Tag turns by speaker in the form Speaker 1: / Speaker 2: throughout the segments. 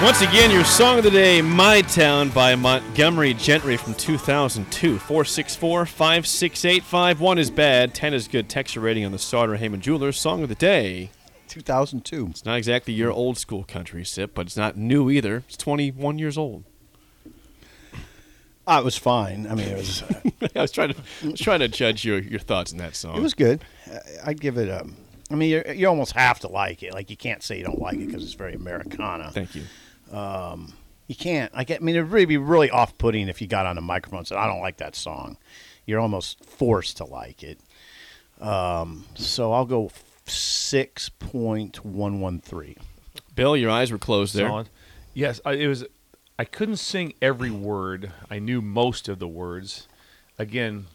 Speaker 1: Once again, your song of the day, My Town by Montgomery Gentry from 2002. 464 568 1 is bad, 10 is good. Texture rating on the Sartor Heyman Jewelers. Song of the day.
Speaker 2: 2002.
Speaker 1: It's not exactly your old school country sip, but it's not new either. It's 21 years old.
Speaker 2: Ah, it was fine. I mean, it was uh,
Speaker 1: I was trying to I was trying to judge your, your thoughts in that song.
Speaker 2: it was good. Uh, I'd give it a. I mean, you you almost have to like it. Like you can't say you don't like it because it's very Americana.
Speaker 1: Thank you.
Speaker 2: You can't. Like, I mean, it'd really be really off-putting if you got on the microphone and said, "I don't like that song." You're almost forced to like it. Um, so I'll go six point one one three.
Speaker 1: Bill, your eyes were closed there.
Speaker 3: Solid. Yes, I, it was. I couldn't sing every word. I knew most of the words. Again,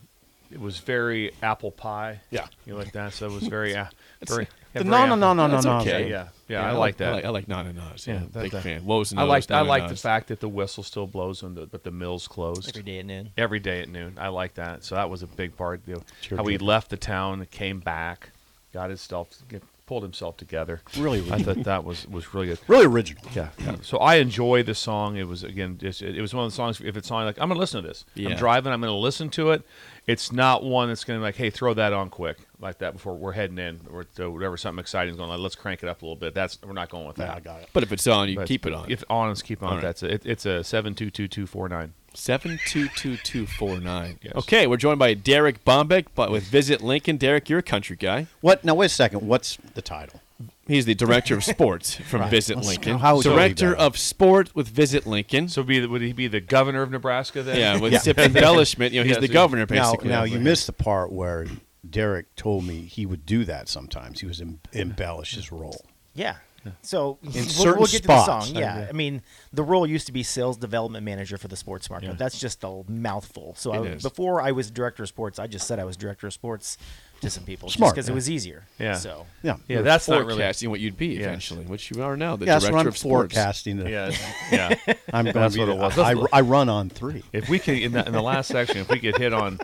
Speaker 3: it was very apple pie.
Speaker 2: Yeah.
Speaker 3: you know, like that. So it was very, uh, very. yeah,
Speaker 2: The
Speaker 3: very
Speaker 2: no, no,
Speaker 3: apple-
Speaker 2: no, no, no,
Speaker 1: That's
Speaker 2: no.
Speaker 1: okay.
Speaker 3: Yeah, yeah, yeah. I, like that.
Speaker 1: I like, I like Nana Nas. Yeah,
Speaker 3: Yeah, that-
Speaker 1: big
Speaker 3: that-
Speaker 1: fan. Woes and
Speaker 3: I
Speaker 1: Noes,
Speaker 3: like I
Speaker 1: Nana
Speaker 3: like the
Speaker 1: Nas.
Speaker 3: fact that the whistle still blows and the but the mill's closed
Speaker 4: every day and then.
Speaker 3: Every day at noon. I like that. So that was a big part. You know,
Speaker 2: Sure
Speaker 3: how he
Speaker 2: did.
Speaker 3: left the town, came back, got himself get, pulled himself together.
Speaker 2: Really
Speaker 3: I
Speaker 2: original.
Speaker 3: thought that was was really good.
Speaker 2: Really original.
Speaker 3: Yeah, yeah. So I enjoy the song. It was again, just, it it was one of the songs. If it's on, like I'm gonna listen to this.
Speaker 1: Yeah.
Speaker 3: I'm driving. I'm gonna listen to it. It's not one that's gonna be like, hey, throw that on quick like that before we're heading in or to whatever something exciting is going on. Let's crank it up a little bit. That's we're not going with
Speaker 2: Yeah,
Speaker 3: that.
Speaker 2: I got it.
Speaker 1: But if it's on, you
Speaker 3: But
Speaker 1: keep it on.
Speaker 3: If on, let's keep on.
Speaker 1: All right.
Speaker 3: That's it. It's a seven two two two four nine.
Speaker 1: Seven two two two four nine.
Speaker 3: Yes.
Speaker 1: Okay, we're joined by Derek Bombeck, but with Visit Lincoln. Derek, you're a country guy.
Speaker 2: What? Now wait a second. What's the title?
Speaker 1: He's the director of sports from
Speaker 2: Right.
Speaker 1: Visit
Speaker 2: Let's
Speaker 1: Lincoln.
Speaker 2: go. How would you
Speaker 1: director
Speaker 2: do that?
Speaker 1: of sport with Visit Lincoln.
Speaker 3: So be the, would he be the governor of Nebraska then?
Speaker 1: yeah, with
Speaker 2: Yeah.
Speaker 1: tip embellishment, you know, he's
Speaker 3: Yes,
Speaker 1: the
Speaker 3: he-
Speaker 1: governor
Speaker 2: Now,
Speaker 1: basically.
Speaker 2: now you missed the part where Derek told me he would do that sometimes. He was em- embellish his role.
Speaker 4: Yeah. So we'll,
Speaker 2: certain
Speaker 4: we'll get to the
Speaker 2: spots.
Speaker 4: song. Yeah. I mean, the role used to be sales development manager for the sports market.
Speaker 3: Yeah.
Speaker 4: That's just a mouthful. So
Speaker 1: It
Speaker 4: I,
Speaker 1: is.
Speaker 4: before I was director of sports, I just said I was director of sports to some people
Speaker 2: Smart,
Speaker 4: because
Speaker 2: yeah.
Speaker 4: it was easier.
Speaker 3: Yeah.
Speaker 4: So
Speaker 2: Yeah.
Speaker 3: Yeah, that's not really.
Speaker 1: forecasting what you'd be
Speaker 3: Yeah.
Speaker 1: eventually, which you are now, the
Speaker 2: Yeah, that's
Speaker 1: director
Speaker 2: what I'm
Speaker 1: of sports.
Speaker 2: forecasting. that
Speaker 3: Yeah, yeah.
Speaker 2: I'm going
Speaker 3: That's
Speaker 2: to be
Speaker 3: what it
Speaker 2: the-
Speaker 3: was.
Speaker 2: I,
Speaker 3: That's-
Speaker 2: I run on three.
Speaker 3: If we could in the, in the last section, if we could hit on,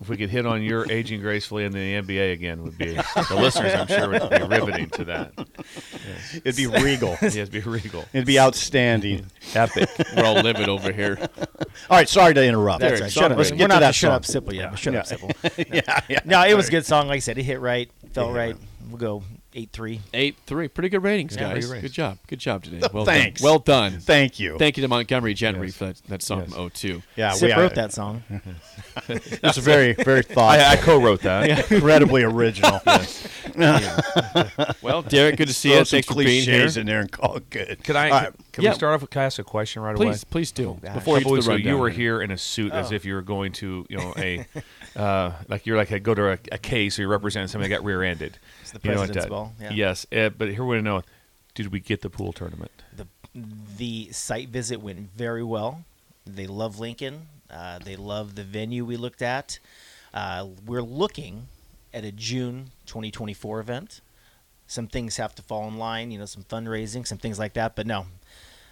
Speaker 3: if we could hit on your aging gracefully in the NBA again, would be the listeners, I'm sure, would be riveting to that.
Speaker 2: It'd be regal.
Speaker 3: Yes, be regal,
Speaker 2: It'd be outstanding.
Speaker 3: epic.
Speaker 1: We're all livid over here.
Speaker 2: All right, sorry to interrupt.
Speaker 4: that's
Speaker 1: Derek,
Speaker 4: right.
Speaker 1: song
Speaker 4: Shut up.
Speaker 1: Let's
Speaker 4: We're
Speaker 2: get to
Speaker 4: not
Speaker 2: that
Speaker 4: the shut
Speaker 2: song.
Speaker 4: up, Sipple. Yeah. Shut up, Sipple.
Speaker 2: yeah, yeah.
Speaker 4: no, it was a good song. Like I said, it hit right, felt right. We'll go eight three.
Speaker 1: Eight three, pretty good ratings,
Speaker 4: Yeah,
Speaker 1: guys.
Speaker 4: pretty ratings.
Speaker 1: Good job, good job today. Well
Speaker 2: Oh, Thanks.
Speaker 1: done. Well done.
Speaker 2: Thank you.
Speaker 1: Thank you to Montgomery Gentry
Speaker 3: Yes.
Speaker 1: for that, that song
Speaker 3: Yes.
Speaker 1: from 02.
Speaker 2: yeah,
Speaker 4: Sip
Speaker 2: we-
Speaker 4: wrote that song.
Speaker 2: It was very, very
Speaker 3: I, I
Speaker 2: thoughtful,
Speaker 3: co-wrote that.
Speaker 2: incredibly original.
Speaker 1: Well, Derek, good to see
Speaker 2: Throw
Speaker 1: you.
Speaker 2: some
Speaker 1: Thanks for being here.
Speaker 2: cliches in there and call it good.
Speaker 3: Can I?
Speaker 2: All right.
Speaker 3: Can
Speaker 1: Yeah.
Speaker 3: we start off? with- Can I ask a question right away?
Speaker 1: Please, please do.
Speaker 4: gosh.
Speaker 1: Before you
Speaker 3: Couple
Speaker 1: do
Speaker 3: weeks
Speaker 1: the
Speaker 3: ago,
Speaker 1: rundown
Speaker 3: you were
Speaker 1: here.
Speaker 3: here in a suit as if you were going to, you know, a uh, like you're like go to a, a case or you represent somebody that got rear-ended.
Speaker 4: It's the
Speaker 3: You know, like
Speaker 4: president's
Speaker 3: that.
Speaker 4: ball, yeah.
Speaker 3: Yes, uh, but here we want to know: Did we get the pool tournament?
Speaker 4: The the site visit went very well. They love Lincoln. Uh, they love the venue we looked at. Uh, we're looking at a June 2024 event. Some things have to fall in line, you know, some fundraising, some things like that. But no,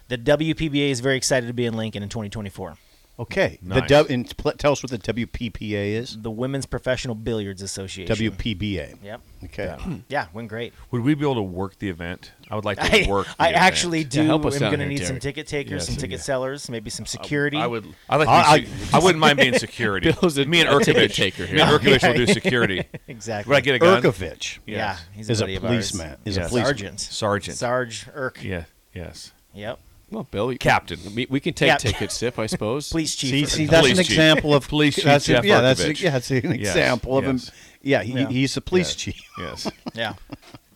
Speaker 4: the WPBA is very excited to be in Lincoln in 2024.
Speaker 2: Okay.
Speaker 3: Nice.
Speaker 2: The w, and pl- tell us what the WPPA is.
Speaker 4: The Women's Professional Billiards Association.
Speaker 2: WPBA.
Speaker 4: Yep.
Speaker 2: Okay. Hmm.
Speaker 4: Yeah, went great.
Speaker 3: Would we be able to work the event? I would like to
Speaker 4: I,
Speaker 3: work. the
Speaker 4: I
Speaker 3: event.
Speaker 4: actually do.
Speaker 1: Yeah, help us
Speaker 4: I'm
Speaker 1: out
Speaker 4: going to
Speaker 1: here,
Speaker 4: need some
Speaker 1: Derek.
Speaker 4: ticket takers,
Speaker 3: Yes,
Speaker 4: some ticket
Speaker 3: yeah.
Speaker 4: sellers, maybe some security.
Speaker 3: I would. I like.
Speaker 2: I-
Speaker 3: I, I, wouldn't mind being security.
Speaker 1: Bill's a-
Speaker 3: me and
Speaker 1: a ticket
Speaker 3: Erkovich.
Speaker 1: taker here.
Speaker 3: Me and Erkovich will do security.
Speaker 4: exactly.
Speaker 3: Would I get a gun?
Speaker 2: Erkovich
Speaker 4: Yeah,
Speaker 3: Yes.
Speaker 4: he's
Speaker 2: is a
Speaker 4: buddy of ours.
Speaker 2: policeman. Is
Speaker 3: Yes.
Speaker 2: a policeman.
Speaker 4: Sergeant.
Speaker 3: Sergeant.
Speaker 4: Sarge Irk.
Speaker 3: Yeah. Yes.
Speaker 4: Yep.
Speaker 1: Well, Bill, you-
Speaker 3: Captain.
Speaker 1: we, we can take
Speaker 4: Cap-
Speaker 1: ticket sip, I suppose.
Speaker 4: Police chief.
Speaker 2: See,
Speaker 4: Irk.
Speaker 2: see, that's
Speaker 3: Police
Speaker 2: an
Speaker 3: chief.
Speaker 2: example of
Speaker 3: Police chief
Speaker 2: That's
Speaker 3: Jeff
Speaker 2: yeah, that's
Speaker 3: Berkovich.
Speaker 2: yeah, that's an
Speaker 3: Yes,
Speaker 2: example of
Speaker 3: yes.
Speaker 2: him. Yeah, he,
Speaker 4: Yeah.
Speaker 2: he's a police chief.
Speaker 3: Yes.
Speaker 4: Yeah.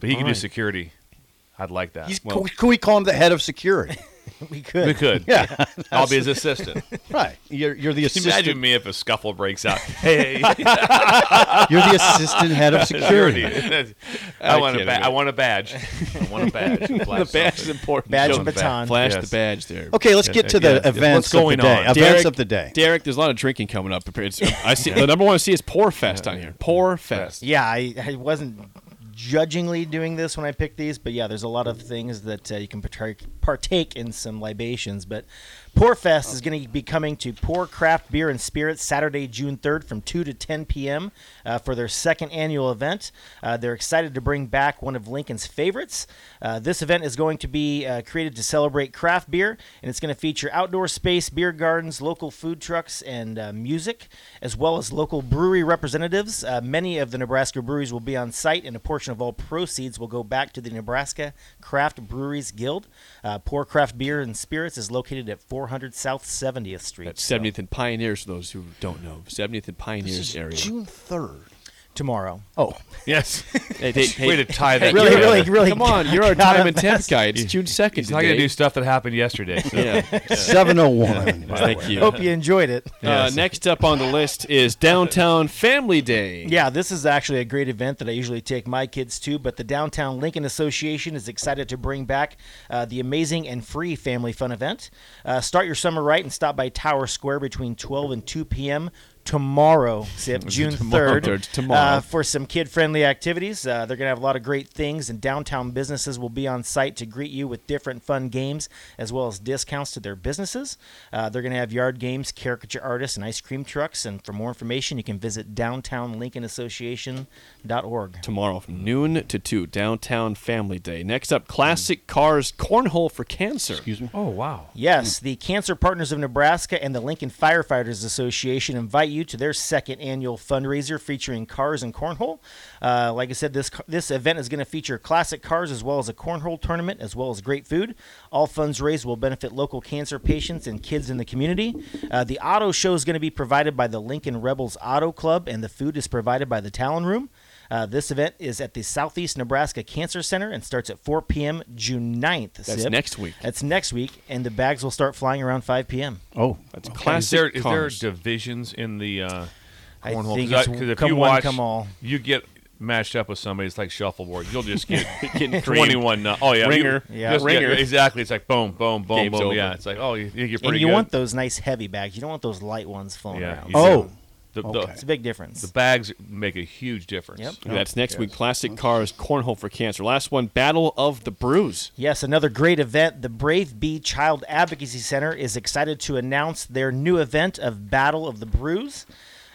Speaker 3: But he can
Speaker 1: right.
Speaker 3: do security. I'd like that.
Speaker 2: He's,
Speaker 3: Uh, Well,
Speaker 2: can, we, can we call him the head of security?
Speaker 4: We could.
Speaker 3: we could.
Speaker 2: yeah,
Speaker 3: I'll be his assistant.
Speaker 2: right. You're, you're the assistant.
Speaker 3: Imagine me if a scuffle breaks out. Hey, hey,
Speaker 2: You're the assistant head of security.
Speaker 3: security. I want a
Speaker 1: can't
Speaker 3: ba-
Speaker 1: do it.
Speaker 3: I want a badge. I want a badge.
Speaker 1: the badge is important.
Speaker 4: Badge
Speaker 1: Show
Speaker 4: and
Speaker 1: them.
Speaker 4: baton.
Speaker 1: Flash
Speaker 3: Yes.
Speaker 1: the badge there.
Speaker 2: Okay, let's get to the
Speaker 3: Yeah, yeah.
Speaker 2: events
Speaker 3: What's going
Speaker 2: of the day.
Speaker 3: on?
Speaker 2: Events
Speaker 1: Derek-
Speaker 2: of the day.
Speaker 1: Derek, there's a lot of drinking coming up. It's, um, I see the number one I see is Pour Fest on here. Pour Fest.
Speaker 4: Yeah, I, I wasn't judgingly doing this when I picked these, but yeah, there's a lot of things that uh, you can partake partake in some libations. But Pour Fest is going to be coming to Pour Craft Beer and Spirits Saturday, June 3rd from 2 to 10 p.m. Uh, for their second annual event. Uh, they're excited to bring back one of Lincoln's favorites. Uh, this event is going to be uh, created to celebrate craft beer, and it's going to feature outdoor space, beer gardens, local food trucks, and uh, music, as well as local brewery representatives. Uh, many of the Nebraska breweries will be on site, and a portion of all proceeds will go back to the Nebraska Craft Breweries Guild. Uh, Pour Craft Beer and Spirits is located at 400 South 70th Street.
Speaker 1: At
Speaker 4: So,
Speaker 1: 70th and Pioneers, for those who don't know, 70th and Pioneers area.
Speaker 2: June third.
Speaker 4: tomorrow.
Speaker 2: Oh,
Speaker 3: Yes.
Speaker 1: Hey, hey, hey,
Speaker 3: Way to tie that.
Speaker 4: Really,
Speaker 3: together.
Speaker 4: really, really.
Speaker 1: Come on, you're our
Speaker 4: got
Speaker 1: time
Speaker 4: it
Speaker 1: and temp guy. It's June 2nd.
Speaker 3: He's not going to
Speaker 1: today.
Speaker 3: do stuff that happened yesterday. So.
Speaker 1: Yeah.
Speaker 2: seven oh one.
Speaker 1: Thank you.
Speaker 4: Hope you enjoyed it.
Speaker 1: Uh, next up on the list is Downtown Family Day.
Speaker 4: Yeah, this is actually a great event that I usually take my kids to, but the Downtown Lincoln Association is excited to bring back uh, the amazing and free family fun event. Uh, start your summer right and stop by Tower Square between 12 and 2 p.m. tomorrow, Sip, June
Speaker 1: Tomorrow.
Speaker 4: 3rd,
Speaker 1: Tomorrow.
Speaker 4: uh, for some kid friendly activities. Uh, they're going to have a lot of great things, and downtown businesses will be on site to greet you with different fun games as well as discounts to their businesses. Uh, they're going to have yard games, caricature artists, and ice cream trucks. And for more information, you can visit downtownlincolnassociation.org.
Speaker 1: Tomorrow from noon to 2, Downtown Family Day. Next up, Classic Cars Cornhole for Cancer.
Speaker 2: Excuse me.
Speaker 3: Oh wow.
Speaker 4: Yes, the Cancer Partners of Nebraska and the Lincoln Firefighters Association invite you to their second annual fundraiser featuring cars and cornhole. Uh, like I said, this this event is going to feature classic cars as well as a cornhole tournament as well as great food. All funds raised will benefit local cancer patients and kids in the community. Uh, the auto show is going to be provided by the Lincoln Rebels Auto Club, and the food is provided by the Talon Room. Uh, this event is at the Southeast Nebraska Cancer Center and starts at 4 p.m. June 9th.
Speaker 1: That's
Speaker 4: Sip.
Speaker 1: next week.
Speaker 4: That's next week, and the bags will start flying around 5 p.m.
Speaker 2: Oh,
Speaker 1: That's
Speaker 3: Is there,
Speaker 1: Classic
Speaker 3: is there
Speaker 1: Cars.
Speaker 3: divisions in the uh,
Speaker 4: I
Speaker 3: cornhole?
Speaker 4: think
Speaker 3: 'Cause
Speaker 4: it's
Speaker 3: I- 'cause if
Speaker 4: come
Speaker 3: you
Speaker 4: one,
Speaker 3: watch,
Speaker 4: come all.
Speaker 3: you get matched up with somebody. It's like shuffleboard. You'll just get
Speaker 1: Getting creamed.
Speaker 3: 21. no- oh yeah,
Speaker 1: Ringer.
Speaker 3: You,
Speaker 4: Yeah.
Speaker 3: just-
Speaker 1: Ringer.
Speaker 3: exactly. It's like boom, boom, boom,
Speaker 1: Game's
Speaker 3: boom.
Speaker 1: over.
Speaker 3: Yeah. It's like oh, you, you get pretty
Speaker 4: And you
Speaker 3: good.
Speaker 4: want those nice heavy bags. You don't want those light ones floating
Speaker 3: yeah.
Speaker 4: around.
Speaker 3: you
Speaker 2: Oh.
Speaker 3: do. The, the,
Speaker 2: Okay.
Speaker 4: It's a big difference.
Speaker 3: the bags make a huge difference.
Speaker 4: Yep.
Speaker 1: That's next week, Classic Cars Cornhole for Cancer. Last one, Battle of the Brews.
Speaker 4: Yes, another great event. The Brave Bee Child Advocacy Center is excited to announce their new event of Battle of the Brews.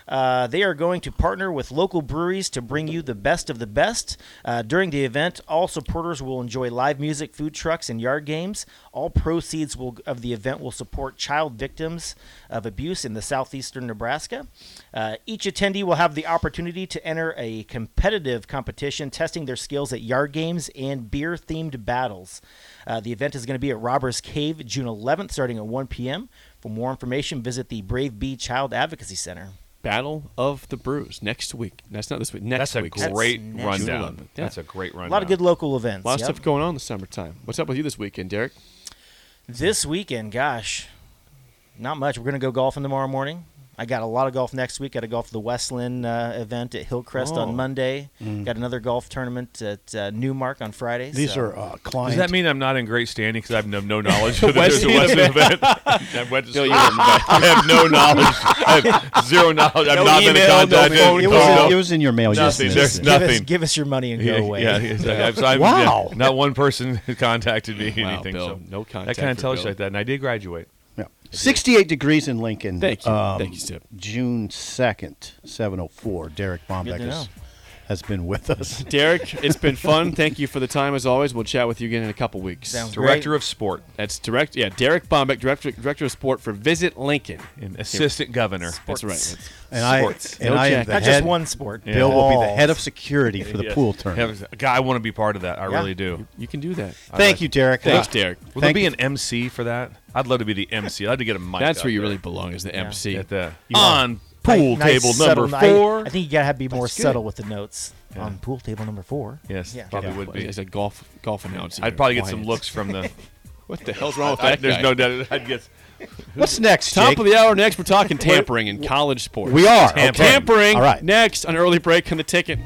Speaker 4: Uh, they are going to partner with local breweries to bring you the best of the best. Uh, during the event, all supporters will enjoy live music, food trucks, and yard games. All proceeds will, of the event will support child victims of abuse in the southeastern Nebraska. Uh, each attendee will have the opportunity to enter a competitive competition, testing their skills at yard games and beer themed battles. Uh, the event is going to be at Robbers Cave June 11th, starting at 1 p.m. For more information, visit the Brave Bee Child Advocacy Center.
Speaker 1: Battle of the Brews next week. That's not this week. Next
Speaker 3: That's a
Speaker 1: week.
Speaker 3: great
Speaker 4: next
Speaker 3: rundown.
Speaker 1: week.
Speaker 3: That's a great
Speaker 4: A
Speaker 3: rundown.
Speaker 4: lot of good local events.
Speaker 1: A lot of
Speaker 4: yep.
Speaker 1: stuff going on this summertime. What's up with you this weekend, Derek?
Speaker 4: This weekend, gosh, not much. We're going to go golfing tomorrow morning. I got a lot of golf next week. Got a golf the Westland uh, event at Hillcrest
Speaker 1: Oh.
Speaker 4: on Monday. Got another golf tournament at uh, Newmark on Friday.
Speaker 2: Mm. these
Speaker 4: so-
Speaker 2: are uh, clients.
Speaker 3: Does that mean I'm not in great standing because I have no, no knowledge of the
Speaker 1: Wesleyan
Speaker 3: Wesleyan event? I went to
Speaker 1: No, you
Speaker 3: school. I have no knowledge. I have zero knowledge. I've
Speaker 1: No
Speaker 3: not been in
Speaker 1: email, no
Speaker 3: contact.
Speaker 1: phone
Speaker 2: it
Speaker 1: It
Speaker 2: was,
Speaker 1: was-
Speaker 2: in, it was in your mail. you just
Speaker 3: Nothing.
Speaker 2: missed
Speaker 3: There's
Speaker 2: it.
Speaker 4: give us,
Speaker 3: nothing.
Speaker 4: give us your money and go
Speaker 3: Yeah,
Speaker 4: away.
Speaker 3: yeah, exactly. I'm- so I'm-
Speaker 2: Wow.
Speaker 3: yeah, not one person contacted me
Speaker 1: Wow,
Speaker 3: anything.
Speaker 1: Bill,
Speaker 3: so
Speaker 1: no contact
Speaker 3: That kind
Speaker 1: for
Speaker 3: of tells
Speaker 1: Bill.
Speaker 3: you like that. And I did graduate.
Speaker 2: Yeah. 68 degrees in Lincoln. Um,
Speaker 1: Thank you. Thank you, Steve.
Speaker 2: June 2nd, 704. Derek Bombeck
Speaker 4: to
Speaker 2: has,
Speaker 4: know.
Speaker 2: has been with us.
Speaker 1: Derek, it's been fun. Thank you for the time as always. We'll chat with you again in a couple weeks.
Speaker 4: Sounds Great.
Speaker 3: Director of sport
Speaker 1: That's direct. Yeah, Derek Bombeck, director, director of sport for Visit Lincoln.
Speaker 3: and assistant governor.
Speaker 1: That's right.
Speaker 4: Sports.
Speaker 1: That's-
Speaker 2: And I,
Speaker 3: Sports.
Speaker 2: and
Speaker 1: No
Speaker 2: I am
Speaker 1: check.
Speaker 2: the
Speaker 4: Not
Speaker 2: head.
Speaker 4: just one sport.
Speaker 2: Bill will be the
Speaker 4: Balls.
Speaker 2: head of security for the
Speaker 3: Yes.
Speaker 2: pool tournament.
Speaker 3: Yeah, God, I want to be part of that. I
Speaker 4: Yeah.
Speaker 3: really do.
Speaker 1: you can do that.
Speaker 2: Thank you, Derek.
Speaker 1: Thanks,
Speaker 2: Uh,
Speaker 1: Derek.
Speaker 3: Will
Speaker 2: Thank
Speaker 3: there be
Speaker 2: you.
Speaker 3: an MC for that? I'd love to be the MC. I'd like to get a mic.
Speaker 1: That's
Speaker 3: out
Speaker 1: where you
Speaker 3: there.
Speaker 1: really belong is the MC.
Speaker 3: at the
Speaker 2: Yeah.
Speaker 3: on pool
Speaker 4: Nice
Speaker 3: table
Speaker 4: subtle-
Speaker 3: number
Speaker 4: I-
Speaker 3: four.
Speaker 4: I, think you got to be more
Speaker 2: That's good.
Speaker 4: subtle with the notes on pool table number four.
Speaker 3: yes,
Speaker 4: Yeah.
Speaker 3: probably
Speaker 2: Yeah.
Speaker 3: would be.
Speaker 1: As a golf golf announcer.
Speaker 3: I'd probably get some
Speaker 1: Quiet.
Speaker 3: looks from the.
Speaker 1: What the hell's wrong with
Speaker 3: I-
Speaker 1: that?
Speaker 3: there's
Speaker 1: guy?
Speaker 3: no doubt. I'd get.
Speaker 2: What's next,
Speaker 1: Top
Speaker 2: Jake?
Speaker 1: of the hour. Next, we're talking tampering in college sports. Oh,
Speaker 2: we are.
Speaker 1: Tampering.
Speaker 2: Okay. All right.
Speaker 1: Next, an early break on the ticket.